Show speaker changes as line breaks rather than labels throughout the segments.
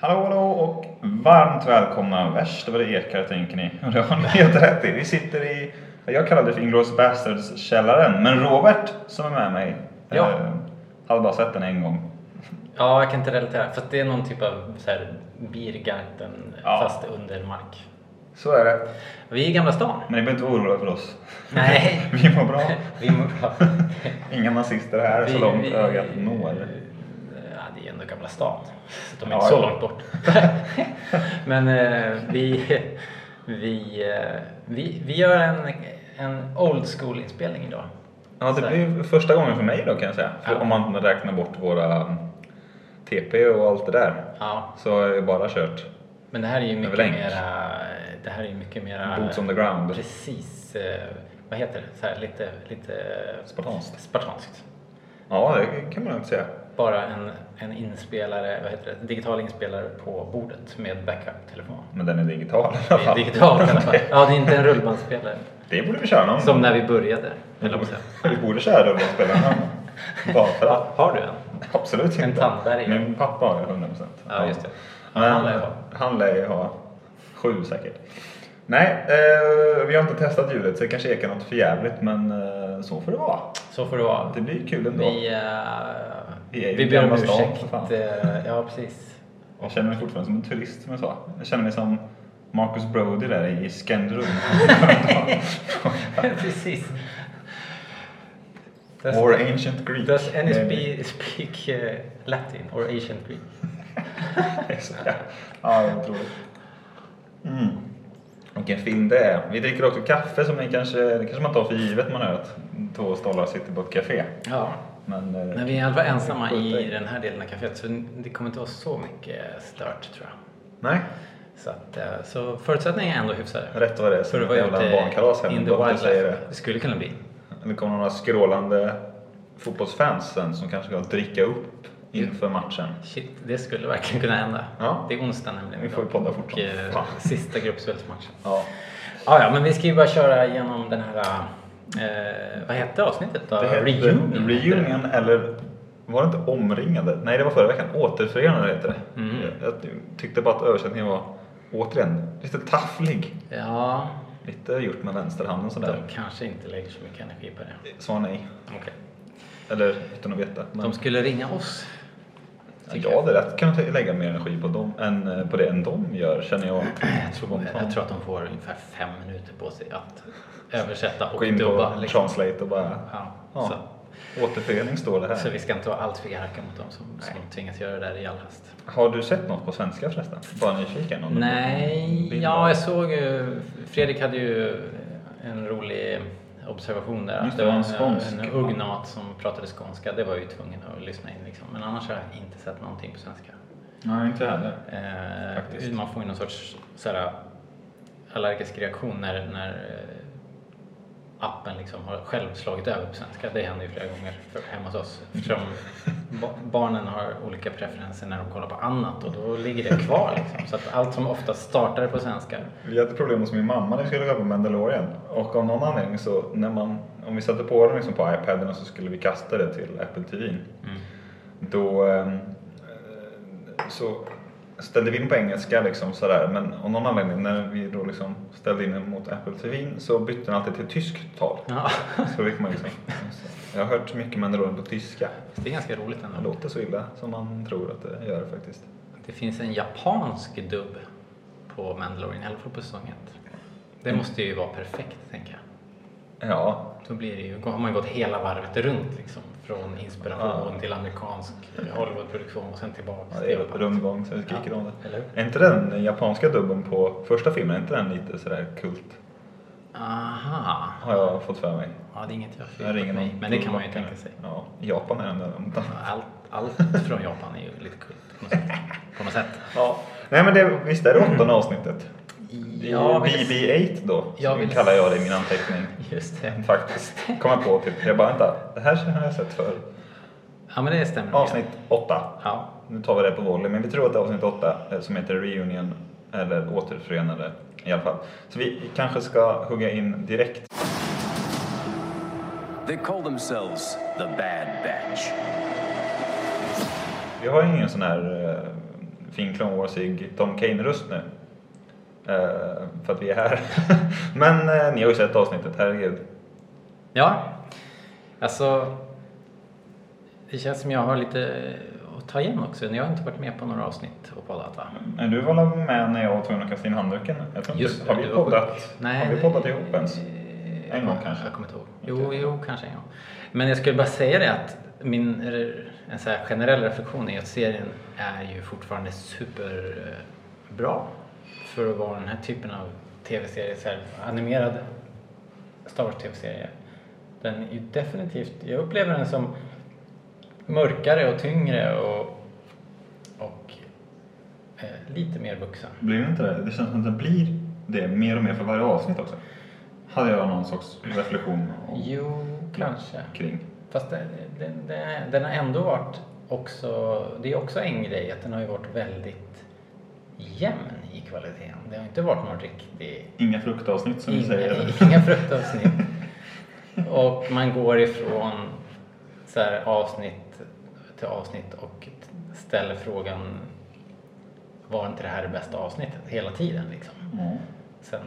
Hallå, hallå och varmt välkomna. Värst vad det ekar tänker ni. Och Det har ni helt rätt i. Vi sitter i, jag kallar det för Inglourious Bastards källaren. Men Robert som är med mig,
Ja.
eh, hade bara sett den en gång.
Ja, jag kan inte relatera. Fast det är någon typ av så här Biergarten
Ja.
fast under mark.
Så är det.
Vi är i Gamla stan.
Men ni behöver inte vara oroliga för oss.
Nej.
Vi mår bra.
Vi mår bra.
Inga nazister här så
Vi-
långt
vi-
ögat når.
Ja, det är ju ändå Gamla stan. Så de
Ja,
är inte så
ja.
långt bort. Men eh, vi, vi, eh, vi, vi gör en, en old school-inspelning idag.
Ja,
Så
det
här.
blir första gången för mig då kan jag säga. För
Ja.
Om man räknar bort våra TP och allt det där.
Ja,
Så har jag ju bara kört
men det här är ju mycket
länk.
mera... Det här är ju mycket mera...
boots on the ground.
Precis. eh, Vad heter det? Så här, lite, lite
Spartanskt.
spartanskt.
Ja, det kan man inte säga.
Bara en, en inspelare, vad heter det? digital inspelare på bordet med backup-telefon.
Men den är digital i
Det
alla
är
fall.
digitalt i alla fall. Ja, det är inte en rullbandspelare.
Det borde vi köra någon
Som
gång.
när vi började,
Mm.
höll jag på att säga.
Vi borde köra rullbandsspelaren någon gång. Bara för
Ja,
att.
Har du en?
Absolut inte.
En tandberg.
Min pappa har det 100 procent.
Ja, just det. Ja,
Men
han lär ju ha.
han lär ju ha sju säkert. Nej, eh, vi har inte testat ljudet så det kanske ekar något för jävligt men eh, så får det vara.
Så får det vara.
Det blir kul ändå.
Vi, eh,
Vi är ju
vi ber om
Gamla stan, för
ursäkt.
fan.
eh, Ja, precis.
Jag känner mig fortfarande som en turist som jag sa. Jag känner mig som Marcus Brody där i Scandirum.
precis. Does,
Or ancient Greek.
does any
maybe.
spe- speak eh, Latin or Asian Greek?
Det är så jävla- ja, det är otroligt. Mm. Vilken film det är. Vi dricker också kaffe som ni kanske, det kanske man tar för givet man hör att två stollar sitter på ett café.
Ja,
Men, eh,
Men vi är i alla fall ensamma
Sköt
i
dig.
den här delen av kaféet så det kommer inte vara så mycket stört tror jag.
Nej,
Så, att, eh, så förutsättningarna är ändå hyfsade.
rätt vad det är så
För
är
att
det
vara
ett jävla barnkalas
ute
här.
in
Min
the
dotter säger det.
wildlife. Det skulle kunna bli.
Det kommer några skrålande fotbollsfans sen som kanske ska dricka upp inför matchen.
Shit, det skulle verkligen kunna hända.
Ja.
Det är onsdag nämligen.
Vi får ju
idag.
podda fort
Och
som
eh,
fan.
sista gruppspelsmatchen.
Ja.
Ja, ja, men vi ska ju bara köra igenom den här... Eh, vad hette avsnittet då?
Det heter
Reunion. heter det.
Reunion eller var det inte omringade? Nej, det var förra veckan. Återförenade heter det.
Mm.
Jag, jag tyckte bara att översättningen var återigen lite tafflig.
Ja,
Lite gjort med vänsterhanden sådär.
de kanske inte lägger så mycket energi på det.
Sa nej.
Okej.
Eller utan att veta. Men,
De skulle ringa oss. tycker
jag hade rätt kunnat lägga mer energi på, dem, än, eh, på det än de gör känner jag.
Jag tror, jag tror att de får ungefär fem minuter på sig att översätta
Gå
och
in
dubba.
på
Liksom.
translate och bara
Ja,
ja, återförening står det
Så, så
här.
vi ska inte vara alltför elaka mot dem som, som tvingas göra det där i all hast.
Har du sett något på svenska förresten? Bara nyfiken. om du-
Nej,
Bild av-
ja jag såg ju, Fredrik hade ju en rolig observation där.
Just
Att
det,
det var
en
en,
skånsk.
en ugnat som pratade skånska. Det var jag ju tvungen att lyssna in liksom. Men annars har jag inte sett någonting på svenska.
Nej, inte jag heller. Faktiskt.
Eh, man får ju någon sorts såhär, allergisk reaktion när, när eh, appen liksom har själv slagit över på svenska. Det händer ju flera gånger för, hemma hos oss. Eftersom ba- barnen har olika preferenser när de kollar på annat och då ligger det kvar. Liksom. Så att allt som ofta startar på svenska.
Vi hade problem hos min mamma när vi skulle gå på Mandalorian. Och av någon anledning så när man, om vi satte på den liksom på iPaden och så skulle vi kasta det till Apple TV. Då eh, så ställde vi in på engelska liksom sådär. Men av någon anledning när vi då liksom ställde in den mot Apple TV så bytte den alltid till tyskt tal.
Ja,
Så fick man liksom, jag har hört mycket Mandalorian på tyska.
det är ganska roligt
Det
ändå.
låter så illa som man tror att det gör faktiskt.
Det finns en japansk dubb på Mandalorian, i alla fall på säsong ett. Det måste ju vara perfekt tänker jag.
Ja,
Då blir det ju, har man ju gått hela varvet runt liksom. Från inspiration
Ja.
till amerikansk Hollywoodproduktion och sen tillbaks
Ja, det
till
är rundgång så vi skriker
Ja,
om det.
eller hur?
Är inte den japanska dubben på första filmen, är inte den lite sådär kult?
Aha.
Har jag fått för mig.
Ja, det är inget jag har
Jag har
fyllt
ingen
mig.
aning.
Men det kan man ju tänka sig.
Ja, Japan är den där.
Allt, allt från Japan är ju lite kul på något sätt. På något sätt.
Ja. Nej men det, visst är det åttonde avsnittet? Det är
Ja,
ju
men-
BB-8 då,
Jag
som
vill-
kallar jag det i min anteckning.
Just det.
Faktiskt. Kom jag på typ. Jag bara vänta, det här har jag sett förr.
Ja, men det stämmer. nog.
Avsnitt 8.
Ja.
Nu tar vi det på volley, men vi tror att det är avsnitt 8 eh, som heter Reunion, eller Återförenade i alla fall. Så vi kanske ska hugga in direkt
They call themselves the Bad Batch.
Vi har ingen sån här eh, fin Clone Wars-cigg Tom Kane-röst nu. Eh, för att vi är här. Men eh, ni har ju sett avsnittet, herregud.
Ja, alltså det känns som jag har lite att ta igen också. Jag har inte varit med på några avsnitt och poddat va?
Nej, Du var väl med när jag var tvungen att kasta in handduken? Jag tror
Just
inte.
det,
Har vi
du var
poddat,
sjuk. Nej,
har vi
det-
poddat ihop ens?
eh,
En gång kanske?
Jag kommer inte ihåg. Jo,
Inte.
jo, kanske en gång. Men jag skulle bara säga det att min eh, en så här generell reflektion är att serien är ju fortfarande superbra för att vara den här typen av tv-serie, så här animerad Star Wars tv-serie. Den är ju definitivt, jag upplever den som mörkare och tyngre och, och eh, lite mer vuxen.
Blir det inte det? Det känns som att det blir det mer och mer för varje avsnitt också. Hade jag någon sorts reflektion om,
Jo, kanske.
kring.
Fast den, den, den, den har ändå varit också, det är också en grej att den har ju varit väldigt jämn i kvaliteten. Det har inte varit någon riktig,
Inga fruktavsnitt som vi säger.
inga,
eller?
Mm. inga fruktavsnitt. Och man går ifrån så här avsnitt till avsnitt och ställer frågan var inte det här det bästa avsnittet hela tiden liksom.
Ja.
Sen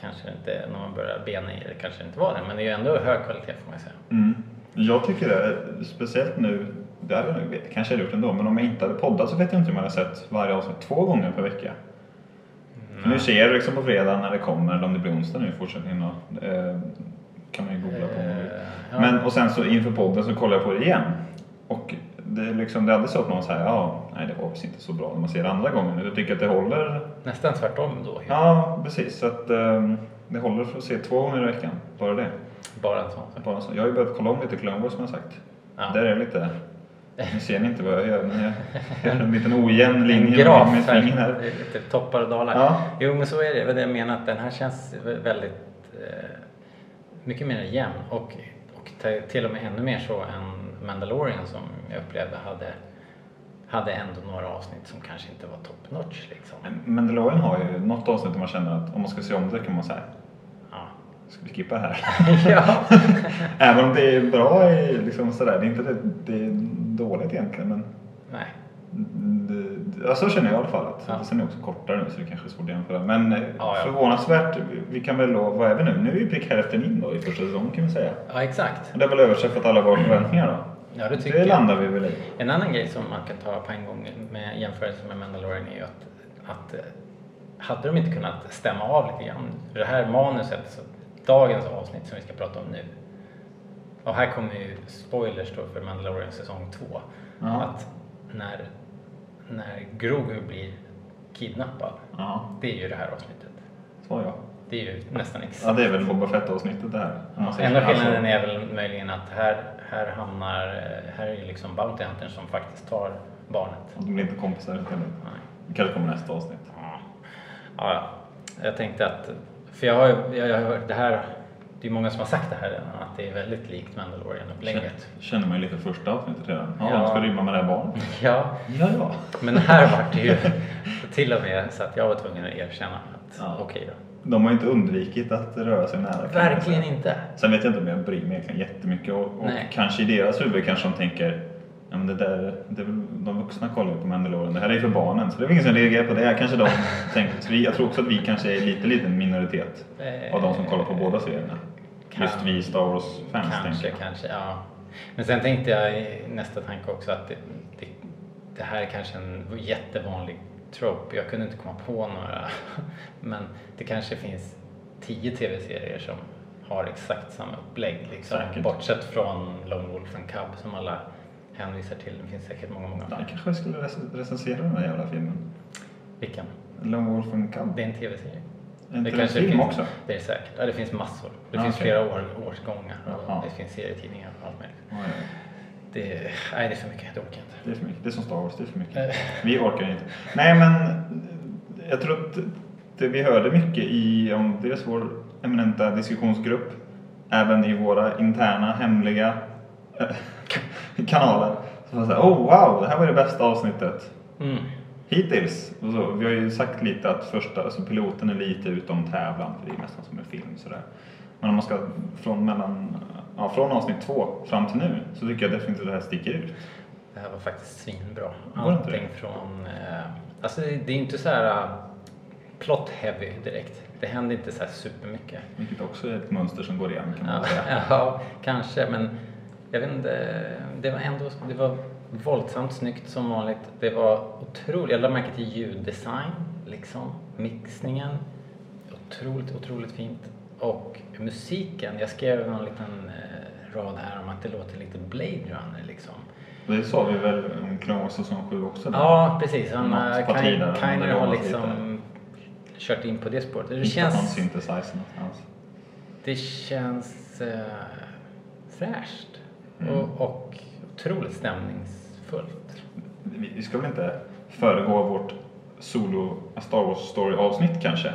kanske det inte, när man börjar bena i det kanske det inte var det, men det är ju ändå hög kvalitet får man ju säga.
Mm. Jag tycker det, speciellt nu, det hade jag nog- det kanske jag hade gjort ändå, men om jag inte hade poddat så vet jag inte om jag hade sett varje avsnitt två gånger per vecka. För nu ser jag det liksom på fredag när det kommer, eller om det blir onsdag nu i fortsättningen. då. Eh, kan man ju googla på. om man vill.
Eh, ja.
Men, och sen så inför podden så kollar jag på det igen. Och det är liksom, det är aldrig så att någon säger ja, nej det var precis inte så bra när man ser det andra gången. Jag tycker att det håller.
Nästan tvärtom då. ju.
Ja, precis. Så att ehm, det håller för att se två gånger i veckan. Bara det.
Bara en sån sak.
Bara så. Jag har ju börjat kolla om lite Clone Wars som jag sagt.
Ja.
Där är det lite, nu ser ni inte vad jag gör men jag gör en liten ojämn linje
en
med-
graf
med
här.
fingern här.
Det är Lite toppar och dalar.
Ja.
Jo men så är det. Det var det jag menar att den här känns vä- väldigt eh, mycket mer jämn och, och te- till och med ännu mer så än Mandalorian som jag upplevde hade, hade ändå några avsnitt som kanske inte var top notch liksom.
Men Mandalorian har ju något avsnitt där man känner att om man ska se om det kan man säga,
Ja.
ska vi skippa det här?
ja.
Även om det är bra i, liksom sådär, det är inte det, det är dåligt egentligen men
Nej.
det, det- ja, så känner jag i alla fall. Att,
Ja.
Sen är det också kortare nu så det kanske är svårt att jämföra. Men eh,
ja.
förvånansvärt, vi- vi kan väl då, vad är vi nu? Nu är vi prick hälften in då i första säsongen kan vi säga.
Ja exakt.
Och det har väl överträffat alla våra förväntningar då?
Ja det tycker
Det
jag.
landar vi väl i.
En annan grej som man kan ta på en gång med jämförelse med Mandalorian är ju att, att eh, hade de inte kunnat stämma av lite grann? För det här manuset, så dagens avsnitt som vi ska prata om nu. Och här kommer ju spoilers då för Mandalorian säsong 2.
Ja.
Att när, när Grogu blir kidnappad,
Ja,
det är ju det här avsnittet.
så ja.
Det är ju nästan
Ja,
exakt.
det är väl Boba Fett-avsnittet det här. om man säger
Enda
så. Alltså,
skillnaden är väl möjligen att här, här hamnar, eh, här är ju liksom Bounty Huntern som faktiskt tar barnet.
De blir inte kompisar istället.
Nej.
Det kanske kommer nästa avsnitt.
Ja, ja. jag tänkte att, för jag har ju, jag, jag, har hört det här, det är många som har sagt det här redan, att det är väldigt likt Mandalorian-upplägget.
Känner man ju lite första avsnittet redan. Ja,
Ja.
de ska rymma med det här barnet.
Ja,
Ja, ja.
men här vart det ju till och med så att jag var tvungen att erkänna att
Ja.
okej
De har ju inte undvikit att röra sig nära. kan man
då.
säga.
Verkligen inte.
Sen vet jag inte om jag bryr mig egentligen jättemycket och, och
Nej.
kanske i deras huvud kanske de tänker Ja, men det där, det är väl, de vuxna kollar ju på Mandalorian, det här är ju för barnen så det är väl ingen som reagerar på det. Kanske de tänker, så vi, jag tror också att vi kanske är lite liten minoritet av de som kollar på båda serierna.
Kan-
Just vi Star Wars-fans tänker
Kanske,
jag.
kanske, ja. Men sen tänkte jag i nästa tanke också att det, det, det här är kanske en jättevanlig trope. Jag kunde inte komma på några. Men det kanske finns tio tv-serier som har exakt samma upplägg. Liksom.
Säkert.
Bortsett från Lone Wolf and Cub som alla hänvisar till. Det finns säkert många, många
Ja,
fler.
kanske jag skulle rec- recensera den där jävla filmen.
Vilken?
Lone Wolf and Cub.
Det är en tv-serie.
Är inte det en film
finns,
också?
Det är säkert. Ja, det finns massor. Det
Ja,
finns
okej.
flera år, årsgångar. och
Jaha.
Det finns serietidningar och allt möjligt.
Ja, ja.
Det, nej, det är för mycket. Det orkar jag inte.
Det är för mycket. Det är som Star Wars, det är för
Eh.
mycket. Vi orkar inte. Nej men, eh, jag tror att det vi hörde mycket i, om dels vår eminenta diskussionsgrupp, även i våra interna hemliga eh, kanaler, så var det såhär, oh wow, det här var det bästa avsnittet
Mm.
hittills. Och så, vi har ju sagt lite att första, alltså piloten är lite utom tävlan, för det är nästan som en film sådär. Men om man ska från mellan, ja, från avsnitt två fram till nu, så tycker jag definitivt att det här sticker ut.
Det här var faktiskt svinbra.
Var det inte
Allting från eh, Alltså det, det är inte så här äh, plot heavy direkt. Det händer inte så här supermycket.
Vilket också är ett mönster som går igen kan man
Ja,
säga.
ja, kanske, men jag vet inte. Det var ändå det var våldsamt snyggt som vanligt. Det var otroligt. Jag lade märke till ljuddesign, liksom mixningen. Otroligt, otroligt fint. Och musiken. Jag skrev någon liten eh, rad här om att det låter lite Blade Runner liksom.
Det sa vi väl om Clone Wars säsong 7 också? där.
Ja, precis. Han
Något
eh,
parti
Kine-
där,
Kiner
det
har
låter
liksom kört in på det spåret. Det
Inte någon
känns,
synthesizer någonstans.
det känns eh, fräscht
Mm.
och, och otroligt stämningsfullt.
Vi vi ska väl inte föregå vårt solo A Star Wars story avsnitt kanske?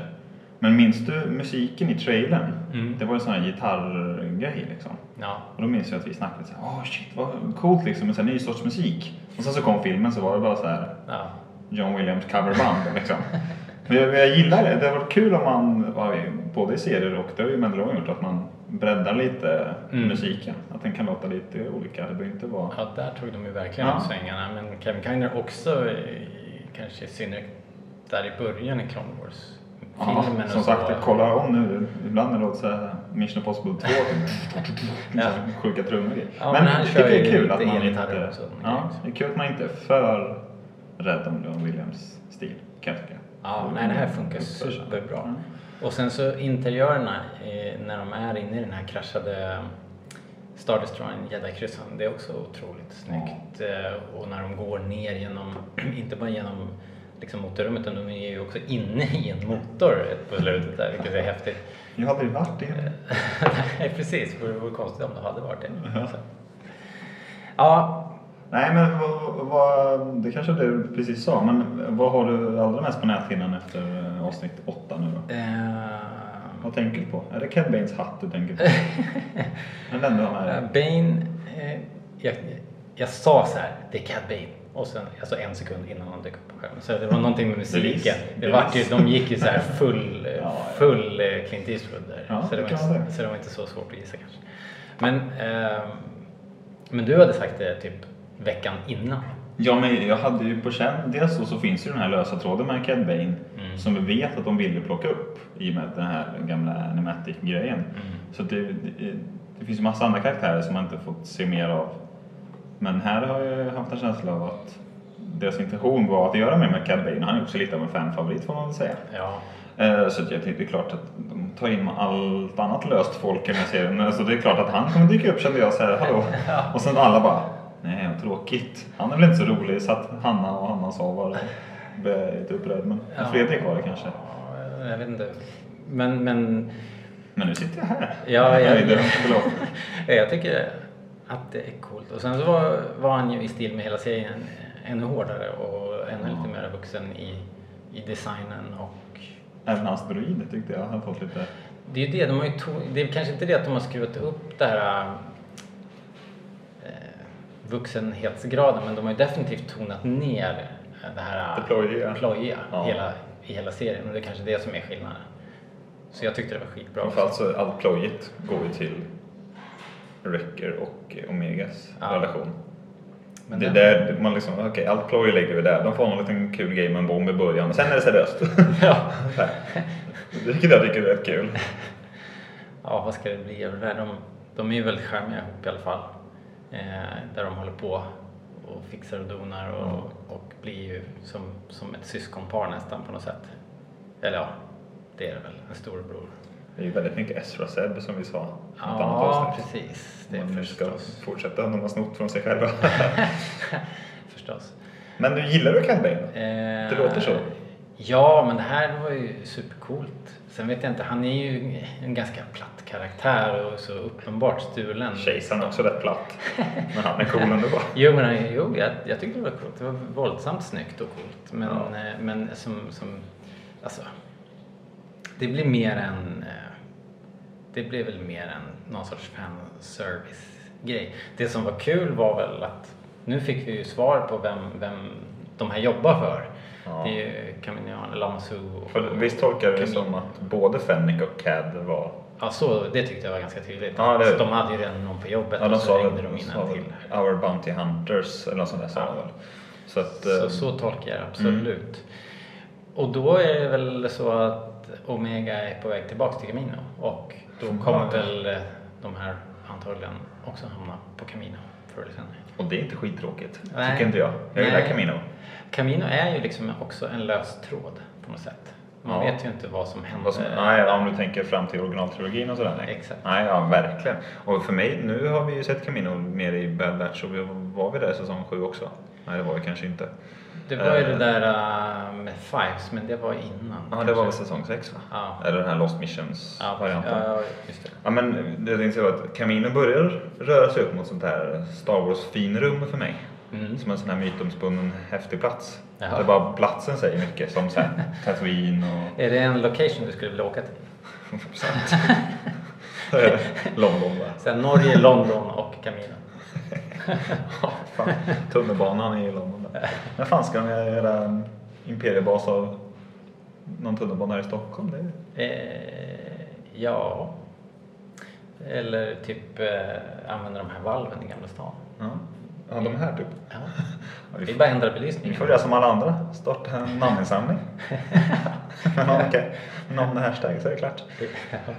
Men minns du musiken i trailern?
Mm.
Det var ju sån här gitarrgrej liksom.
Ja.
Och då minns jag att vi snackade såhär, åh shit vad coolt liksom, en sån här ny sorts musik. Och sen så kom filmen så var det bara så här
ja.
John Williams coverband liksom. Men jag, jag gillar det, det har varit kul om man, ja, i- både i serier och det har ju Mandalorian gjort, att man breddar lite
Mm.
musiken. Att den kan låta lite olika, det behöver inte vara...
ja, där tog de ju verkligen
Ja.
ut svängarna. Men Kevin Kiner också, eh, kanske i synnerhet där i början i Clone Wars.
Ja,
Filmen
som
och
sagt,
så.
jag kollar om nu. Ibland när det låter såhär Mission Impossible 2.
Ja.
ja. Sjuka trummor i.
Ja, men han
jag
kör
tycker det
ju
är kul
lite
att man
elgitarrer
inte...
också, den grejen.
Ja, det är kul att man inte är för rädd om John Williams stil, kan jag tycka.
Ja,
Mm.
nej, det här funkar
Uppför sig.
superbra.
Mm.
Och sen så interiörerna eh, när de är inne i den här kraschade eh, Star Destroyern, Jedi-kryssaren, det är också otroligt snyggt. Eh, Och när de går ner genom, inte bara genom liksom motorrummet, utan de är ju också inne i en motor på slutet där, vilket är häftigt.
Jag hade ju varit
Eh,
det.
nej, precis, för det vore konstigt om det hade varit det. Så. Ja,
Nej, men vad, vad, det kanske du precis sa, men vad har du allra mest på näthinnan efter eh, avsnitt 8 nu då?
ehm,
Vad tänker du på? Är det Ken Baines hatt du tänker på? Den enda han är.
Eh, Bane, eh, jag, jag sa så här, det är Cad Bane. Och sen, alltså en sekund innan han dök upp på skärmen. Så det var någonting med musiken.
Bevis.
Det vart ju,
Bevis.
de gick ju så här full, eh,
Ja, ja.
full eh, Clint Eastwood där.
Ja,
så, det
det
var
kan man
inte,
säga.
så det var inte så svårt att gissa kanske. Men, ehm, men du hade sagt det typ veckan innan.
Ja, men jag hade ju på känn, dels så, så finns ju den här lösa tråden med Cad Bane
Mm.
som vi vet att de ville plocka upp i och med den här gamla animatic-grejen. Så att det, det, det finns ju massa andra karaktärer som man inte fått se mer av. Men här har jag haft en känsla av att deras intention var att göra mer med Cad Bane och han är också lite av en fanfavorit får man väl säga.
Ja,
Eh, Så att jag tänkte, det är klart att de tar in allt annat löst folk i den här serien. Men Så det är klart att han kommer dyka upp kände jag så här, hallå. Och sen alla bara, nej vad tråkigt. Han är väl inte så rolig. Så att Hanna och Hanna sa var blev lite upprörd. Men
Ja.
Fredrik var det kanske.
ja, jag vet inte. Men, men
Men nu sitter jag här.
Ja, ja,
Nej, det-
ja.
Förlåt.
Ja, Jag tycker att det är coolt. Och sen så var, var han ju i stil med hela serien ännu hårdare och ännu lite
Mm.
mer vuxen i, i designen. Och
Även hans droider tyckte jag hade fått lite...
det är ju det, de har ju to- det är kanske inte det att de har skruvat upp det här eh, vuxenhetsgraden men de har ju definitivt tonat ner det här
Det plojiga.
plojiga
Ja.
hela, i hela serien och det är kanske det som är skillnaden. Så jag tyckte det var skitbra.
Framförallt så allt plojigt går ju till Wrecker och Omegas
Ja.
relation.
Men
det
den-
där, man liksom, okej allt ploj lägger vi där. De får någon liten kul grej med en bomb i början och sen är det seriöst.
Ja.
Så här. Vilket jag tycker är rätt kul.
Ja, vad ska det bli av det där? De, de är ju väldigt charmiga ihop i alla fall. Eh, där de håller på och fixar och donar och,
Mm.
och blir ju som, som ett syskonpar nästan på något sätt. Eller ja, det är det väl. En storebror.
Det är ju väldigt mycket Ezra Seb som vi sa i ett annat
Ja,
avsnitt.
precis. Det
Det
är
man nu ska
förstås.
fortsätta om de har snott från sig själva.
förstås.
Men du gillar du Cad Bane?
Det
låter så.
Ja, men det här var ju supercoolt. Sen vet jag inte, han är ju en ganska platt karaktär och så uppenbart stulen.
Kejsaren är också rätt platt. Men han är cool ändå.
Jo, men, eh, jo jag, jag tyckte det var coolt. Det var våldsamt snyggt och coolt. Men,
Ja.
eh, men som, som... Alltså... Det blir mer än... eh, Det blir väl mer än någon sorts fanservice-grej. Det som var kul var väl att nu fick vi ju svar på vem, vem de här jobbar för.
Ja.
Det är ju Kaminian, Lama Su och...
För visst tolkar du det
Kamin.
som att både Fennick och Cad var...
Ja, så, det tyckte jag var ganska tydligt.
Ja, det-
Att de hade ju redan någon på jobbet
Ja, de
och så
sa
ringde
väl
de in
sa
en
väl
till.
Our Bounty Hunters eller något sånt där sa
Ja.
de väl. Så att,
Så,
eh,
så tolkar jag det absolut. Och då är det väl så att Omega är på väg tillbaka till Camino och då kommer väl eh, de här antagligen också hamna på Camino förr eller senare.
Och det är inte skittråkigt,
Nej.
tycker inte jag. Jag
Nej.
gillar Camino.
Camino är ju liksom också en lös tråd på något sätt. Man
Ja.
vet ju inte vad som hände.
Vad som, nej, om du tänker fram till originaltrilogin och sådär. Nej.
Exakt.
nej, ja verkligen. Och för mig, nu har vi ju sett Camino mer i Bad Batch och vi var vi där i säsong 7 också? Nej, det var vi kanske inte.
Det var ju
Eh.
det där eh, med Fives, men det var innan.
Ja, det var väl säsong 6 va?
Ja.
Eller den här Lost Missions
Ja,
varianten.
ja, just det.
Ja men det jag tänkte säga var att Camino börjar röra sig upp mot sånt här Star Wars finrum för mig.
Mm.
Som en sån här mytomspunnen häftig plats.
Jaha.
Där bara platsen säger mycket som så här Tatooine och...
Är det en location du skulle vilja åka till?
Sant. London va?
Så här, Norge, London och Camino.
Ja, fan. Tunnelbanan i London där. När fan ska de göra en imperiebas av någon tunnelbana här i Stockholm? Det är...
Eh, ja. Eller typ eh, använda de här valven i Gamla stan.
ja. ja, de här typ.
Ja.
Ja,
Vi
vi, får,
bara ändrar
vi
belysningen.
får göra som alla andra, starta en namninsamling. Men ja, okej, namn och hashtag så är det klart.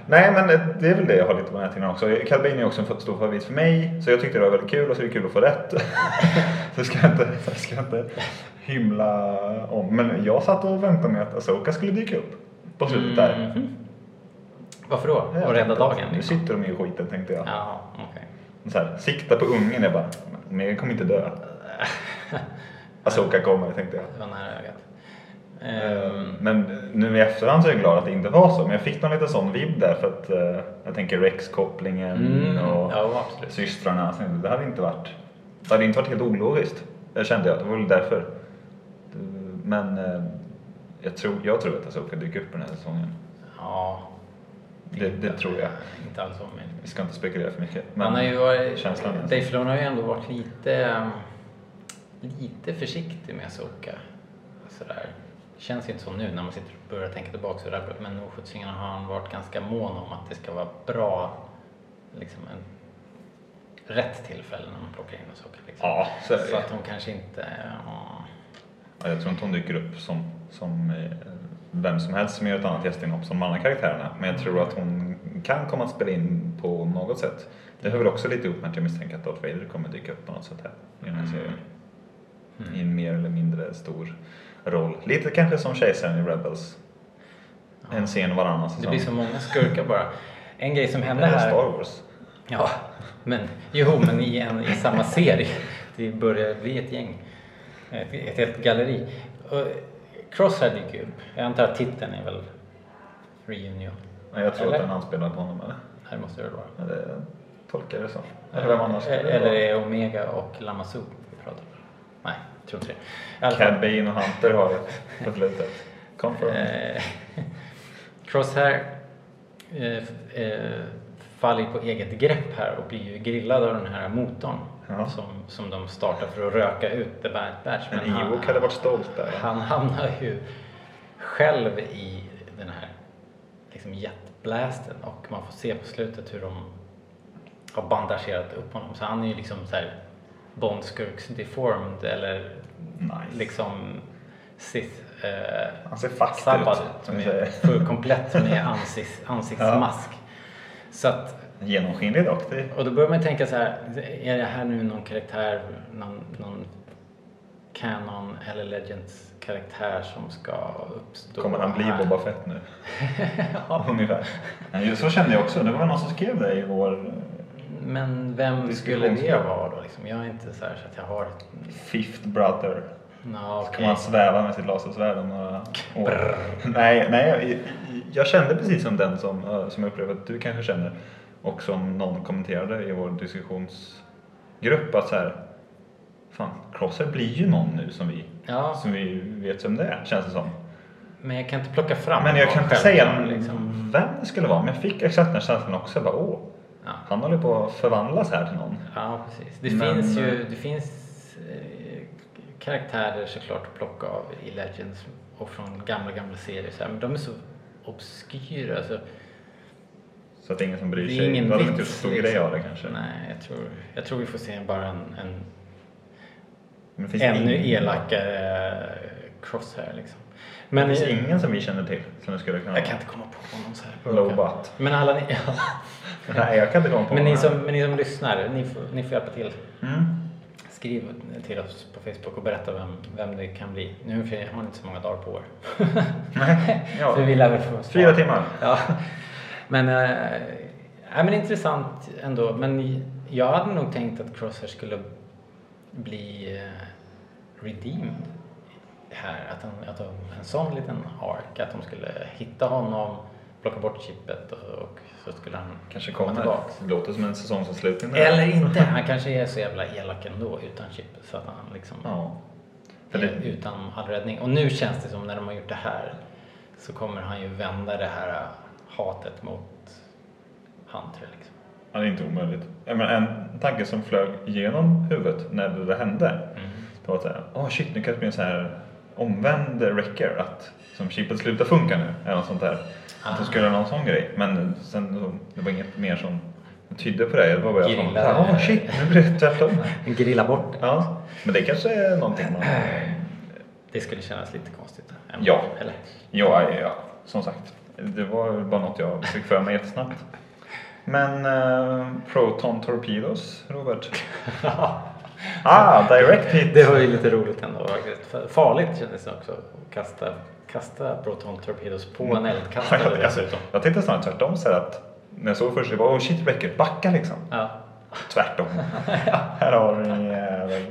Nej men det är väl det jag har lite på näthinnan också. Calbane är också en stor favorit för mig. Så jag tyckte det var väldigt kul och så är det kul att få rätt. så ska jag inte, så ska jag inte hymla om. Men jag satt och väntade mig att Asoka skulle dyka upp på slutet där.
Mhm. Varför då?
Jag
Och
tänkte,
rädda dagen?
Nu
Liksom.
sitter de ju i skiten tänkte jag.
Ja, okej.
Så här, sikta på ungen. Jag bara, men jag kommer inte dö. Asoka kommer tänkte jag.
Det var nära ögat.
Eh,
Ehm,
Men nu i efterhand så är jag glad att det inte var så. Men jag fick någon liten sån vibb där för att eh, jag tänker Rex-kopplingen
mm,
och
ja, absolut.
systrarna. Så Det hade inte varit, det hade inte varit helt ologiskt. Det kände jag. Det var väl därför. Eh, Men eh, jag tror, jag tror att Asoka dyker upp den här säsongen.
Ja,
Det, det tror jag.
inte alls omöjligt.
Vi ska inte spekulera för mycket. Men
Han har ju varit,
känslan är-
Dave Filoni har ju ändå varit lite, ehm, lite försiktig med Soka. Sådär. Känns ju inte så nu när man sitter och börjar tänka tillbaka sådär. Men nog sjuttsingen har han varit ganska mån om att det ska vara bra, liksom en rätt tillfälle när man plockar in Soka. Liksom.
Ja, så är det.
så att hon kanske inte... ja.
Ja, jag tror inte hon dyker upp som, som eh, vem som helst som gör ett annat gästinhopp som de andra karaktärerna. Men jag tror att hon kan komma att spela in på något sätt. Det hör väl också lite ihop med att jag misstänker att Darth Vader kommer dyka upp på något sätt här i den här
Mm.
serien. I en mer eller mindre stor roll. Lite kanske som kejsaren i Rebels. En scen varannan säsong.
Det blir så många skurkar bara. En grej som hände
Eller
här...
Star Wars.
Ja, men jo, men i, en, i samma serie. Det börjar bli ett gäng. Ett, ett helt galleri. Och Crosshair dyker upp. Jag antar att titeln är väl Reunion.
Nej, Jag tror
Eller?
att den anspelar på honom eller?
Här måste det väl vara.
Ja, det tolkar jag det som. Eller vem annars? skulle det
Eller
vara?
är Omega och Lamassu vi pratar om? Nej, tror inte det. I alla fall,
Cad Bane och Hunter har det på slutet. Confirm.
eh, Crosshair eh, f- eh, faller på eget grepp här och blir ju grillad av den här motorn
Ja.
som, som de startar för att röka ut The Bad Batch.
En
Men han-
Ewok hade varit stolt där.
Han hamnar ju själv i den här liksom jetblasten och man får se på slutet hur de har bandagerat upp honom. Så han är ju liksom så här Bondskurks deformed eller
Nice.
liksom Sith eh,
Han ser fucked
sabbad
ut.
ut.
som vi
Med,
säger.
full, komplett med ansikts, ansiktsmask. Så att
Genomskinlig dock. Det...
och då börjar man tänka så här, är det här nu någon karaktär, någon, någon Canon eller Legends karaktär som ska uppstå?
Kommer han bli
här?
Boba Fett nu? Ungefär. Nej, Så kände jag också. Det var någon som skrev det i vår eh,
Men vem skulle det
Diskussionsgrupp.
vara då? Liksom? Jag är inte så här så att jag har...
Fifth Brother.
Nå,
Så
okej.
Kommer han sväva med sitt lasersvärd om några år? nej, nej jag, jag kände precis som den som, eh, som jag upplever att du kanske känner och som någon kommenterade i vår diskussionsgrupp att så här, fan, Crosser blir ju någon nu som vi,
Ja,
som vi vet vem det är, känns det som.
men jag kan inte plocka fram
Men jag
någon
kan inte
själv,
säga
liksom.
vem det skulle vara, men jag fick exakt den känslan också. Jag bara, åh,
Ja.
han håller på att förvandlas här till någon.
Ja, precis. Det
Men,
finns ju
eh,
det finns eh, karaktärer såklart att plocka av i Legends och från gamla, gamla serier. Så här, men de är så obskyra. Alltså,
Så att det är ingen som bryr
det
sig.
är ingen
hade
vits.
inte gjort så stor
liksom.
grej av det kanske.
Nej, jag tror, jag tror vi får se bara en, en
Men det finns
ännu
ingen-
elakare crosshair liksom. Men
Det finns
jag,
ingen som vi känner till som du skulle kunna...
jag kan inte komma på någon så här. på
Low
rak arm.
butt.
Men alla ni,
Nej, jag kan inte komma på
men, ni
någon
som,
här.
men ni som lyssnar, ni får, ni får hjälpa till.
Mm.
Skriv till oss på Facebook och berätta vem, vem det kan bli. Nu för jag har inte så många dagar på er.
Nej, ja.
För vi lär väl få svar.
Fyra timmar.
Ja. Men, äh, men intressant ändå. Men jag hade nog tänkt att Crosshair skulle bli eh, redeemed här. Att, han, att de, en sån liten ark, att de skulle hitta honom, plocka bort chippet och, och så skulle han
Kanske
komma
kommer.
tillbaka.
Det låter som en säsongsavslutning. där.
Eller inte, han kanske är så jävla elak ändå utan chippet så att han liksom
Ja. För det,
utan all räddning. Och nu känns det som när de har gjort det här så kommer han ju vända det här äh, hatet mot Hunter. Liksom.
ja, det är inte omöjligt. Jag menar, en tanke som flög genom huvudet när det där hände. Det var såhär, åh shit nu kan det bli en sån här omvänd wrecker. Att som chipet slutar funka nu. Eller något sånt där. Att de
Ah.
skulle göra någon sån grej. Men sen, så- det var inget mer som tydde på det. Det var bara jag som,
Grilla-
såhär, åh shit nu blir det tvärtom. här."
Grilla bort
Ja, men det kanske är någonting man...
det. skulle kännas lite konstigt. äh,
Ja.
Eller?
Ja, ja, ja, som sagt. Det var väl bara något jag fick för mig jättesnabbt. Men eh, Proton Torpedos, Robert? Ah, direct hit!
det var ju lite roligt ändå faktiskt. För- Farligt kändes det också att kasta, kasta proton-torpedos på en eldkastare
jag,
Mm. dessutom.
jag tänkte snarare tvärtom så här att när jag såg först, det var oh shit Brecker, backa liksom.
Ja.
Tvärtom. Här har du en jävel.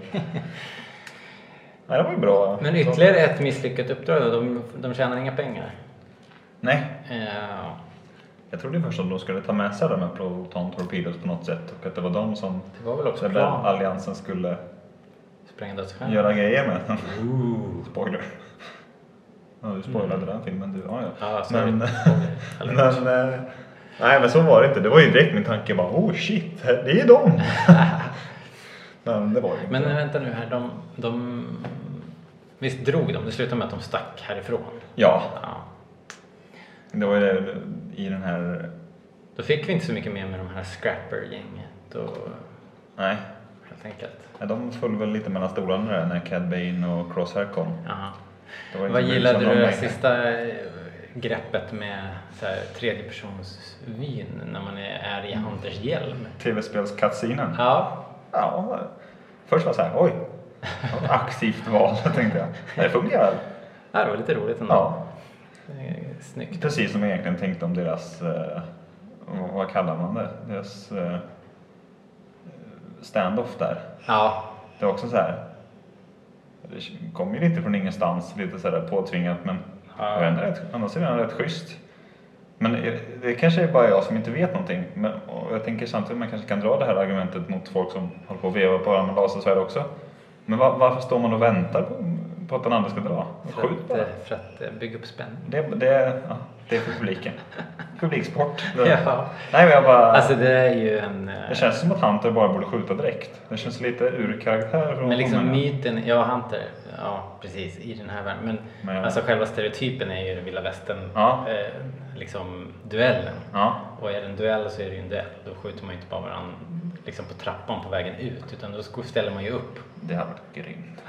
Nej, det var ju bra.
Men ytterligare ett misslyckat uppdrag då. De, de tjänar inga pengar.
Nej,
Eh,
jag trodde först att de skulle ta med sig de här Proton Torpedos på något sätt och att det var de som
det var väl också
den där
plan.
alliansen skulle
Spränga dödsstjärnan.
göra grejer med. Spoiler. Ja, du spoilade den filmen du. Ja, ja.
Ja, Mm. Ah, sorry.
men,
Eller-
men, eh, nej, men så var det inte. Det var ju direkt min tanke bara oh shit, det är ju dem. men det var ju inte.
Men
det.
vänta nu här, de, de... Visst drog de? Det slutade med att de stack härifrån.
Ja,
Ja.
det var ju det i den här.
Då fick vi inte så mycket mer med de här scrapper-gänget då,
Nej,
helt enkelt.
de föll väl lite mellan stolarna där när Cad Bane och Crosshair kom.
Jaha.
Det var inte
Vad
så mycket
gillade
som
du
de
det
hängde.
sista eh, greppet med så här, tredjepersonsvyn när man är, är i Hunters hjälm?
Tv-spels cutscenen.
Ja,
Ja, först var det så här, oj, vad aktivt val tänkte jag. Det fungerar väl?
Ja, det var lite roligt ändå.
Ja.
Eh, Snyggt.
Precis som jag egentligen tänkte om deras, eh, vad- vad kallar man det, deras eh, stand-off där.
Ja,
Det var också så här, det kom ju lite från ingenstans, lite så här påtvingat men
Ja.
det var ändå rätt, annars är det ändå rätt schysst. Men eh, det kanske är bara jag som inte vet någonting. Men, och jag tänker samtidigt man kanske kan dra det här argumentet mot folk som håller på och vevar på varandra med lasersvärd också. Men va- varför står man och väntar på, på att den andra ska dra?
för
Skjut
att,
bara.
eh, för att eh, bygga upp spänning.
Det, det, ja, det är för publiken. Publiksport. Det-
Ja.
Nej men jag bara...
Alltså det är ju en... eh,
det känns som att Hunter bara borde skjuta direkt. Det känns lite ur karaktär. från
Men liksom
honom.
myten, ja Hunter, ja precis i den här världen. Men,
Men jag-
alltså själva stereotypen är ju den vilda västern,
Ja.
eh, liksom duellen.
Ja.
Och är det en duell så är det ju en duell. Då skjuter man ju inte bara varandra liksom på trappan på vägen ut utan då sk- ställer man ju upp.
Det hade varit grymt.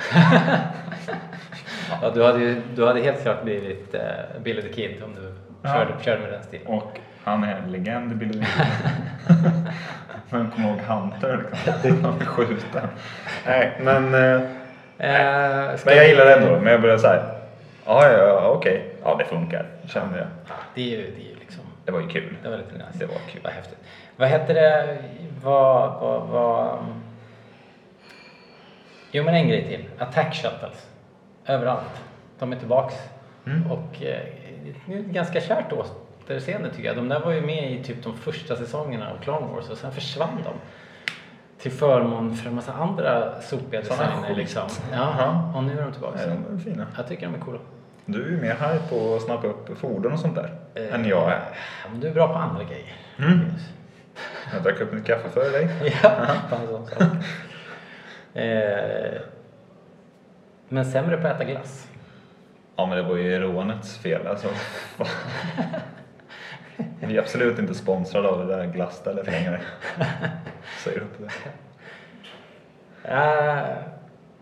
Ja, du, hade ju, du hade helt klart blivit eh, Billy the Kid om du
Ja.
körde, körde med den stilen.
Och han är en legend i bilden. men kom ihåg Hunter liksom. Han blir skjuten. Nej men... eh,
Eh, ska
Men jag
vi-
gillar det ändå. Men jag började såhär. Ja ja ja okej. Ja det funkar. Kände jag.
Ja, det är ju, det är ju liksom
Det var ju kul.
Det var lite nice.
Det var kul.
Vad häftigt. Vad hette det? Vad, vad, vad... mm. Jo men en grej till. Attack shuttles. Överallt. De är tillbaks.
Mm.
Och eh, det är ett ganska kärt återseende tycker jag. De där var ju med i typ de första säsongerna av Clone Wars och sen försvann de. Till förmån för en massa andra sopiga
Sådana
designer
skit.
liksom. Ja,
Ja.
och nu är de tillbaka.
Nej, de är fina.
Jag tycker de är coola.
Du är ju mer hype på att snappa upp fordon och sånt där.
Eh.
Än jag är.
Ja, men du är bra på andra grejer.
Mm. Jag drack upp mitt kaffe för dig.
Ja, fan sån sak. Eh, Men sämre på att äta glass.
Ja men det var ju rånets fel alltså. Vi är absolut inte sponsrade av det där glasstället längre. Säger upp det.
Eh,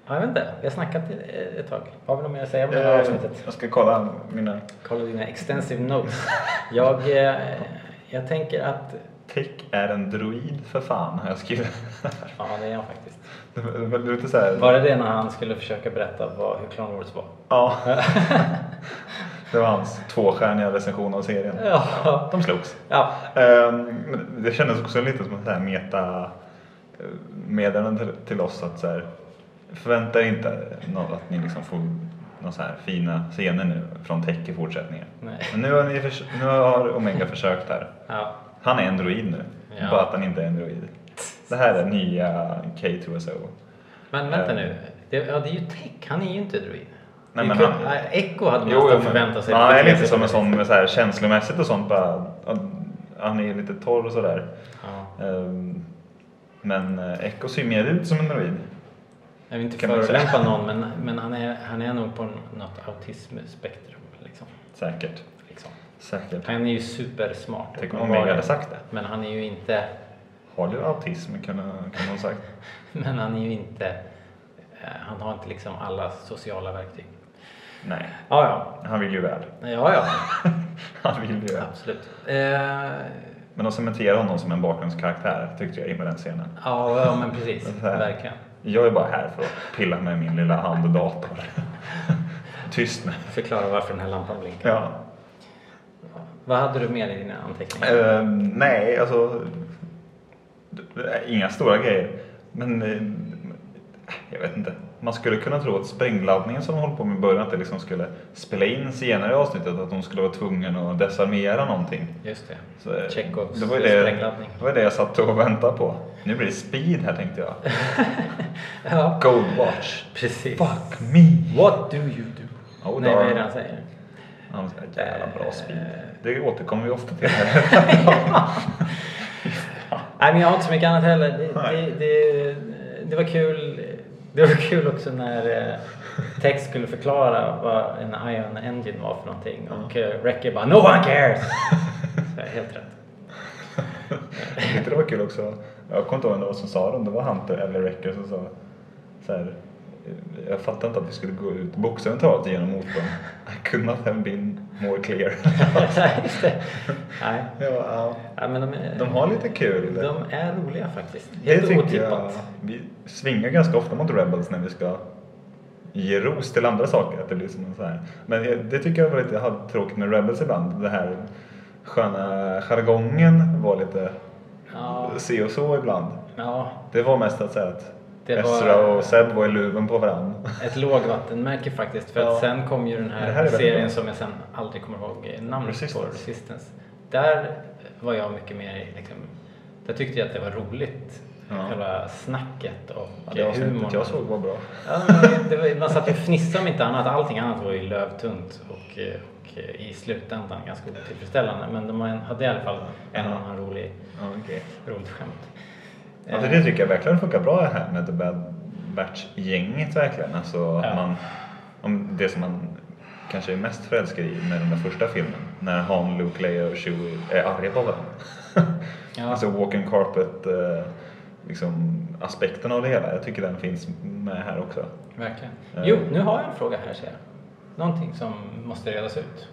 Ja, jag vet inte, vi har snackat i- eh, ett tag. Har vi något mer att säga om det här
Eh,
avsnittet?
Jag ska kolla mina
Kolla dina extensive notes. Jag, eh, jag tänker att...
Tick är en droid för fan har jag skrivit.
Ja, det är han faktiskt.
Det var- det var lite så här,
Var det det när han skulle försöka berätta vad, hur Clone Wars var?
Ja. Det var hans tvåstjärniga recension av serien.
Ja.
De slogs.
ja.
Ehm, men Det kändes också lite som ett så här meta eh, meddelande till- till oss att så här, förvänta er inte något att ni liksom får några så här fina scener nu från Tech i fortsättningen.
Nej.
Men nu har, ni förs- nu har Omega försökt här.
ja.
Han är en droid nu,
Ja.
bara att han inte är en droid. Det här är nya K2SO.
Men vänta nu, det, ja, det är ju Tech, han är ju inte druid.
Nej,
Det
men
kul-
han-
Nej, Echo hade man nästan förväntat sig.
Han
Det
är lite
trevligt.
som en sån med så här, känslomässigt och sånt bara. Han är ju lite torr och sådär.
Ja.
Ehm, Men eh, Echo ser ju mer ut som en droid.
Jag vill inte
Kan man
förolämpa någon men, men han, är, han är nog på något autismspektrum. Liksom.
Säkert.
Liksom.
Säkert.
Han är ju supersmart.
Tänk om Omega hade sagt det.
Men han är ju inte...
Har du autism? Kan kan hon sagt.
Men han är ju inte... eh, Han har inte liksom alla sociala verktyg.
Nej,
Ja, ja.
han vill ju väl.
Ja, ja.
Han vill ju väl.
Absolut. Eh,
Men de cementerar honom som en bakgrundskaraktär tyckte jag i med den scenen.
ja, ja, men precis.
Det här.
Verkligen.
Jag är bara här för att pilla med min lilla handdator. Tyst med.
Förklara varför den här lampan blinkar.
Ja.
Vad hade du med dig i dina anteckningar?
Ehm, nej, alltså... d- d- Inga stora grejer. Men... eh, Jag vet inte. Man skulle kunna tro att sprängladdningen som de håller på med i början, att det liksom skulle spela in senare i avsnittet, att de skulle vara tvungna att desarmera någonting.
Just det.
Så, eh,
Chekhovs
det var ju det,
sprängladdning.
det var det jag satt och väntade på. Nu blir det speed här tänkte jag.
Ja,
Gold watch.
precis.
Fuck me!
What do you do?
Oh,
Nej,
då.
vad är det han säger?
Han ska jävla bra speed.
Eh.
Det återkommer vi ofta till här.
Nej, men jag har inte så mycket annat heller. Det,
Nej.
det, det, det var kul. Det var kul också när eh, Tex skulle förklara vad en Ion Engine var för någonting och eh, Recker bara No one cares! Så jag är helt rätt.
Jag tyckte det var kul också. Jag kommer inte ihåg vem det var som sa det, om det var Hunter eller Recker som sa så här. Jag fattar inte att vi skulle gå ut bokstavligt genom motorn. I could not have been more clear.
Just det. Nej.
ja, ja.
Ja, men de, är,
De har lite kul.
de är roliga faktiskt.
Det
Helt
tycker
otippat.
Vi svingar ganska ofta mot Rebels när vi ska ge ros till andra saker. Att det blir som en så här. Men det- det tycker jag var lite jag hade tråkigt med Rebels ibland. Det här sköna jargongen var lite
Ja,
si och så ibland.
ja,
Det var mest att säga att
Det var-
Ezra och Seb var i luven på varandra.
ett lågvattenmärke faktiskt. För att
Ja.
sen kom ju den
Men
här,
det här är väldigt
serien
bra.
som jag sen aldrig kommer ihåg namnet
Resistance.
på, Resistance. Där var jag mycket mer liksom, där tyckte jag att det var roligt.
Ja.
Själva snacket och
Ja, det
humorn.
avsnittet jag såg var bra.
Ja, men det var, man satt ju och fnissade om inte annat. Allting annat var ju lövtunt och, eh, och eh, i slutändan ganska otillfredsställande. Men de hade i alla fall en
Ja.
annan rolig,
Ja, okay.
roligt skämt.
alltså, det tycker jag verkligen funkar bra här med The Bad Batch-gänget. Verkligen. Alltså, att
Ja.
man, om det som man kanske är mest förälskad i med den där första filmen. När Han, Luke, Leia och Chewie är arga på varandra.
Eh, Ja.
Alltså walking carpet eh, liksom, aspekten av det hela. Jag tycker den finns med här också.
Verkligen.
Eh.
Jo, nu har jag en fråga här ser jag. Någonting som måste redas ut.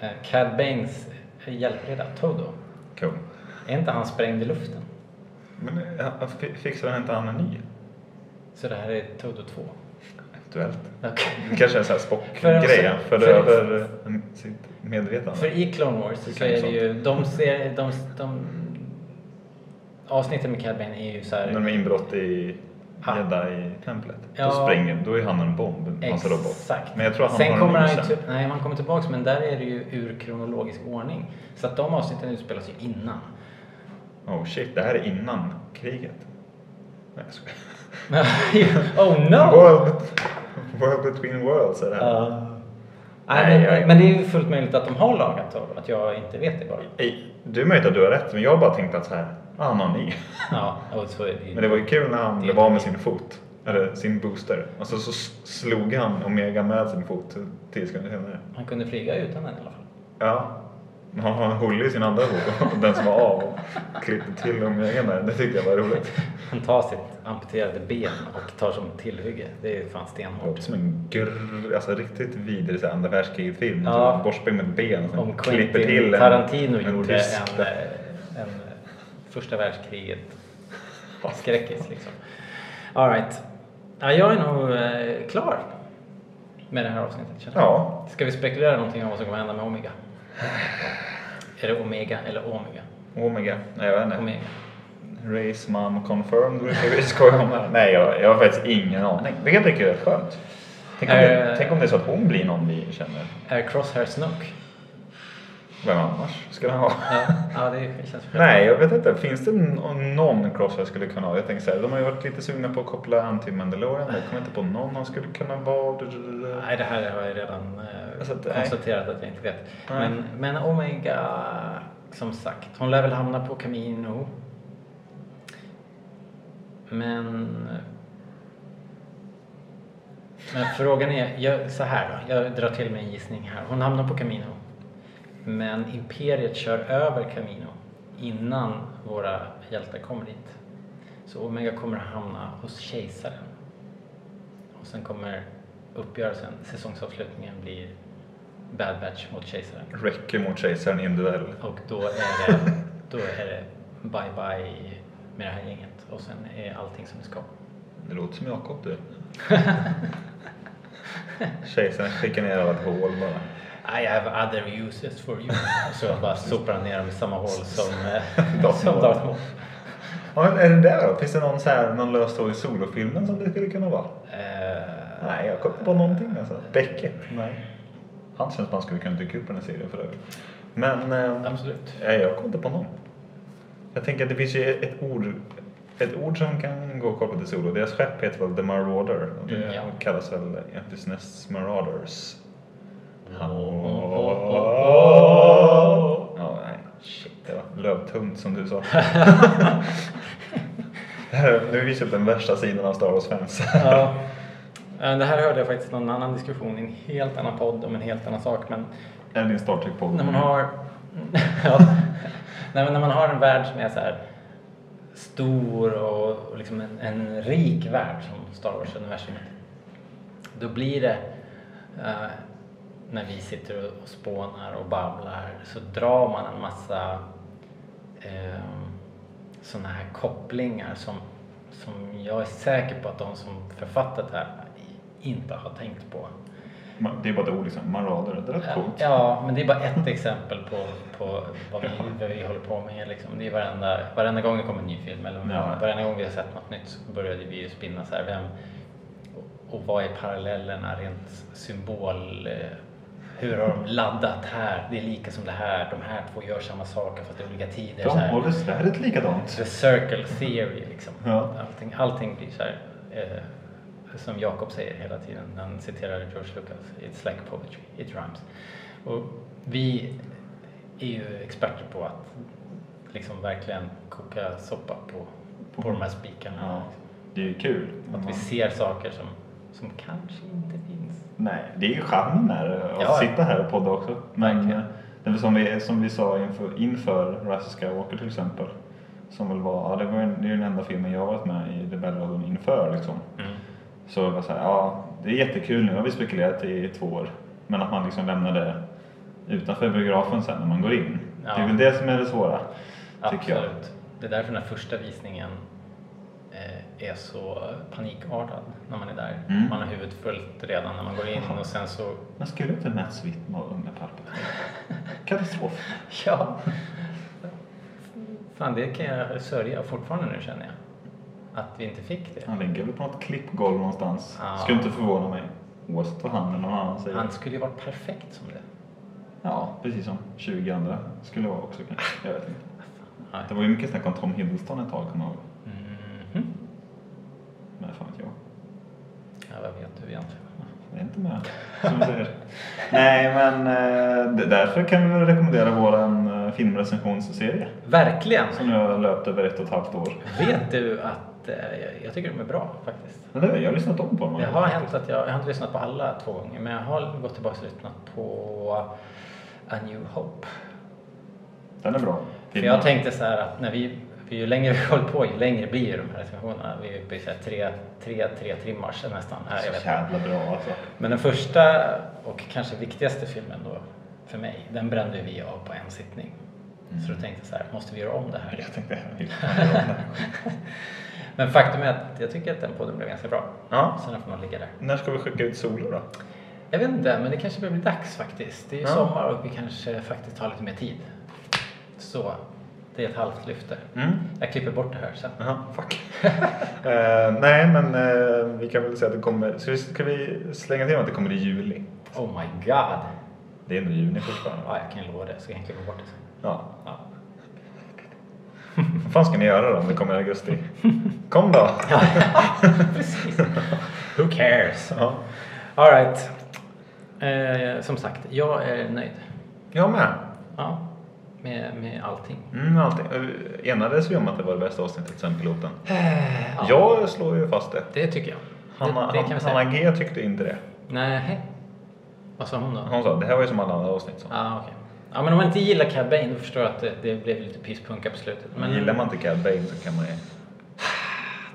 Eh, Cad Banes hjälpreda, Todo.
Cool.
Är inte han sprängd i luften?
Men eh, f- fixar han inte han en ny?
Så det här är Todo 2?
Eventuellt.
Okej.
Det kanske är en sån här
För-
Spock-grej. Han förde
för-
över eh, sitt
För
medvetande.
i Clone Wars
Det
så
kan ju
är det ju, de ser, de, de avsnitten med Cad Bane är ju så
När de
här,
är inbrott i
Ah.
Jedi-templet.
Ja.
Då spränger, då är han en bomb, hans robot.
exakt.
Men jag tror att han
Sen
har en
kommer han ju
osämja.
typ, nej man kommer tillbaks men där är det ju ur kronologisk ordning. Så att de avsnitten utspelas ju innan.
Oh shit, det här är innan kriget. Nej, jag skojar.
oh no!
World, world between worlds är det här.
Ja. Nej,
Nej,
men,
jag-
men det är ju fullt möjligt att de har lagat Toro, att jag inte vet det bara.
Ej, Det är möjligt att du har rätt, men jag har bara tänkt att så här, ah, någon ny.
Ja, och så är det ju.
Men det var ju kul när han blev av med sin fot, eller sin booster. Och så, så slog han Omega med sin fot tio sekunder senare.
Han kunde flyga utan den i alla fall.
Ja, Han har en hulle i sin andra bok, den som var av och klippte till umgängen där. Det tyckte jag var roligt.
Han tar sitt amputerade ben och tar som tillhygge. Det är fan
Det
stenhårt.
låter som en grr, alltså riktigt vidrig så här andra världskriget-film.
Ja.
Ja. Borstbeng med ett ben och sen
Om
klipper till
Quentin
en,
Tarantino
en
gjorde
tysk
en,
där.
eh, en eh, första världskriget skräckis liksom. All right. Ja, jag är nog eh, klar med det här avsnittet känner jag.
Ja,
Ska vi spekulera någonting om vad som kommer hända med Omega? Är det Omega eller Omega?
Omega. Nej, jag vet inte.
Omega.
Race Mom Confirmed brukar vi skoja om. här. Nej, jag, jag har faktiskt ingen aning. Vilket jag tycker är rätt skönt. Tänk om, det,
Eh.
tänk om det är så att hon blir någon vi känner.
Är Crosshair Snook?
Vem annars skulle han vara?
Ja, ja det känns bra.
Nej, jag vet inte. Finns det n- någon cross jag skulle kunna ha? Jag tänker så här, de har ju varit lite sugna på att koppla an till Mandalorian. Jag kommer inte på någon han skulle kunna vara.
Nej, det här har jag redan eh,
Alltså, nej.
konstaterat att jag inte vet.
Nej.
Men, men Omega, som sagt, hon lär väl hamna på Camino. Men... Men frågan är, jag, så här då, jag drar till med en gissning här. Hon hamnar på Camino. Men Imperiet kör över Camino innan våra hjältar kommer dit. Så Omega kommer att hamna hos kejsaren. Och sen kommer uppgörelsen, säsongsavslutningen blir Bad Batch mot kejsaren.
Räcker mot kejsaren i en duell.
Och då är det, då är det bye bye med det här gänget. Och sen är allting som det ska.
Det låter som Jakob du. Kejsaren skickar ner alla i ett hål bara.
I have other uses for you. Och så bara sopar han ner dem i samma hål som,
Darth
som
Maul.
Darth Maul.
Ja, men är det där då? Finns det någon, så här, någon lös tråd i solofilmen som det skulle kunna vara?
Eh,
Nej, jag kommer inte på någonting alltså. Becket? Nej. Han känns som han skulle kunna dyka upp i den här serien för övrigt. Men... ehm,
absolut.
Nej, jag kom inte på någon. Jag tänker att det finns ju ett ord, ett ord som kan gå kopplat till solo. Deras skepp heter väl The Marauder och det
Mm, ja.
kallas väl Empty Nest Marauders. Ja, nej. Shit, det var lövtungt som du sa. Det här- nu har vi köpt den värsta sidan av Star Wars-fans.
Ja. Eh, Det här hörde jag faktiskt någon annan diskussion i en helt annan podd om en helt annan sak. Men
Är det din Star Trek-podd?
när man har... ja. Nej, men när man har en värld som är så här stor och och liksom en, en rik värld som Star Wars-universumet. Då blir det, eh, när vi sitter och och spånar och babblar, så drar man en massa eh, sådana här kopplingar som, som jag är säker på att de som författat det här inte har tänkt på.
Man- Det är bara ett ord liksom, Marauder. Det är rätt coolt.
Ja, men det är bara ett exempel på, på vad, vi, vad vi håller på med. Liksom. Det är varenda, varenda gång det kommer en ny film eller
Ja.
varenda gång vi har sett något nytt så började vi ju spinna så här, vem och, och vad är parallellerna rent symbol? eh, Hur har de laddat här? Det är lika som det här. De här två gör samma saker fast i olika tider. så
De
här.
håller svärdet likadant.
The circle theory liksom.
Ja.
Allting, allting blir så här, eh, som Jakob säger hela tiden, när han citerar George Lucas, it's like poetry, it rhymes. Och vi är ju experter på att liksom verkligen koka soppa på, på, de här spikarna.
Ja,
liksom.
det är ju kul.
Att vi ser saker som, som kanske inte finns.
Nej, det är ju charmen med att
Ja, Mm. ja.
sitta här och podda också. Men
Verkligen.
eh, det är väl som vi, som vi sa inför, inför Rise of Skywalker till exempel. Som väl var, ja, det, var ju, det är ju den enda filmen jag har varit med i Rebellradion inför liksom.
Mm.
Så det var så här, ja det är jättekul nu har vi spekulerat i två år. Men att man liksom lämnar det utanför biografen sen när man går in.
Ja.
Det är väl det som är det svåra. Tycker jag.
Absolut. Det är därför den här första visningen eh, är så panikartad när man är där.
Mm.
Man har huvudet fullt redan när man går in och sen så...
Men skulle inte Matt Smith vara unga Palpatine? Katastrof.
Ja. Fan, det kan jag sörja fortfarande nu känner jag. Att vi inte fick det.
Han ligger väl på något klippgolv någonstans.
Ja.
Skulle inte förvåna mig. Oavsett vad han eller någon annan säger.
Han skulle ju varit perfekt som det.
Ja, precis som 20 andra skulle vara också kanske. Jag vet inte.
Nej.
Det var ju mycket snack om Tom Hiddleston ett tag, kommer jag ihåg.
Mhm.
Men fan vet jag.
Ja, vad vet du egentligen?
Jag är inte med, som du säger. Nej, men eh, det- därför kan vi väl rekommendera vår eh, filmrecensionsserie.
Verkligen!
Som nu har löpt över ett och ett halvt år.
Vet du att eh, jag- jag tycker de är bra faktiskt.
Men det, jag har lyssnat om på dem.
Det har hänt att jag, jag har inte lyssnat på alla två gånger, men jag har gått tillbaka och lyssnat på A New Hope.
Den är bra.
För jag tänkte så här att när vi, för ju längre vi håller på ju längre blir ju de här recensionerna. Vi är uppe i så här tre, tre, tre trimmars nästan. Här, jag vet.
Så jävla
inte.
bra alltså.
Men den första och kanske viktigaste filmen då för mig, den brände vi av på en sittning. Så då tänkte jag så här, måste vi göra om det här?
Jag tänkte, jag vill fan göra om det.
Men faktum är att jag tycker att den podden blev ganska bra.
ja.
Så den får man ligga där.
När ska vi skicka ut Solo då?
Jag vet inte, men det kanske börjar bli dags faktiskt. Det är ju
Ja.
sommar och vi kanske faktiskt har lite mer tid. Så, det är ett halvt lyfte.
Mm.
Jag klipper bort det här sen.
Jaha, fuck. Eh, nej, men eh, vi kan väl säga att det kommer... Ska vi, ska vi slänga till med att det kommer i juli?
Oh my god!
Det är ändå juni fortfarande. va?
Ja, jag kan ju lova det, så jag kan klippa bort det sen.
Ja.
Ja.
Vad fan ska ni göra då om det kommer i augusti? Kom då!
Precis. Who cares?
Ja.
Alright. Eh, som sagt, jag är nöjd.
Jag med.
Ja, med, med allting.
Mm, allting. Eh, Enades vi om att det var det bästa avsnittet sen piloten?
Ja,
Jag slår ju fast det.
Det tycker jag.
Eh, Hanna,
det, det kan vi säga.
Hanna G tyckte inte det.
Nej. Vad sa hon då?
Hon sa det här var ju som alla andra avsnitt. Så.
Ja, Ah, okej. Ja, men om man inte gillar Cad Bane, då förstår jag att det, det blev lite pisspunka på slutet. Men
Gillar man inte Cad Bane så kan man ju...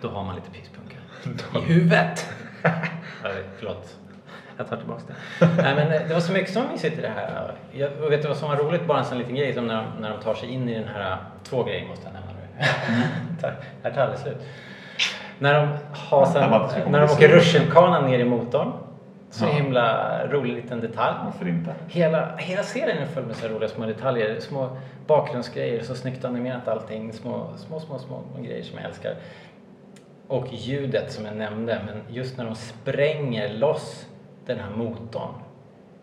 Då har man lite pisspunka. I huvudet! ja, förlåt. Jag tar tillbaka det. Nej, men eh, det var så mycket som mysigt i det här. Jag, och vet du vad som var roligt? Bara en sån liten grej som när, de- när de tar sig in i den här... eh, Två grejer måste jag nämna nu.
Mm.
Tack. Det här tar aldrig slut. När de, har sen,
Jag bara, det ska komma
när de
till
åker
slut.
rutschkanan ner i motorn. Så
Ja.
himla rolig liten detalj.
Varför inte?
Hela, hela serien är full med så här roliga små detaljer, små bakgrundsgrejer, så snyggt animerat allting, små, små, små, små grejer som jag älskar. Och ljudet som jag nämnde, men just när de spränger loss den här motorn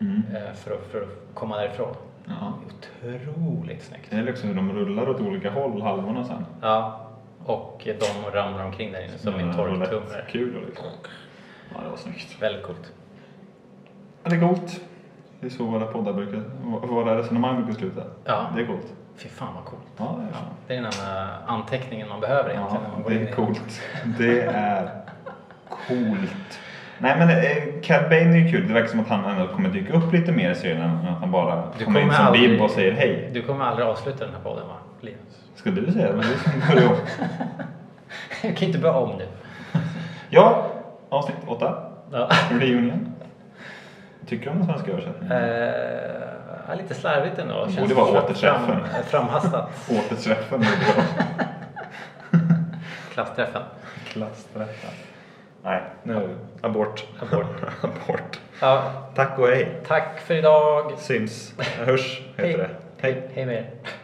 Mm.
eh, för, att, för att komma därifrån.
Ja.
Otroligt snyggt!
Det är liksom hur de rullar åt olika håll, halvorna sen.
Ja, och de ramlar omkring där inne som en torktumlare.
Kul och liksom. Ja, det var snyggt.
Väldigt coolt.
Ja, det är coolt. Det är så våra poddar brukar... Våra resonemang brukar sluta.
Ja.
Det är coolt.
Fy fan vad coolt!
Ja, det är fan.
Det är den enda anteckningen man behöver egentligen när man
Ja,
går
det
in i-
är coolt. Det är coolt. Nej men eh, Cad Bane är ju kul. Det verkar som att han ändå kommer dyka upp lite mer i serien än att han bara
Du
kommer in
kommer
som
aldrig-
Bibb och säger hej.
Du kommer aldrig avsluta den här podden va, Linus?
Ska du säga det? Men du som går ihop.
Jag kan inte börja om nu.
Ja, avsnitt åtta.
Ja.
Reunion. Tycker du om den svenska översättningen?
Eh, lite slarvigt ändå.
Det
Känns
borde vara
fram-
återträffen.
fram- eh, Framhastat.
Återträffen är bra.
Klassträffen.
Klassträffen. Nej, nu. Abort.
Abort.
Abort.
Ja,
Tack och hej.
tack för idag.
Syns. Hörs heter det. Hej.
Hej med er.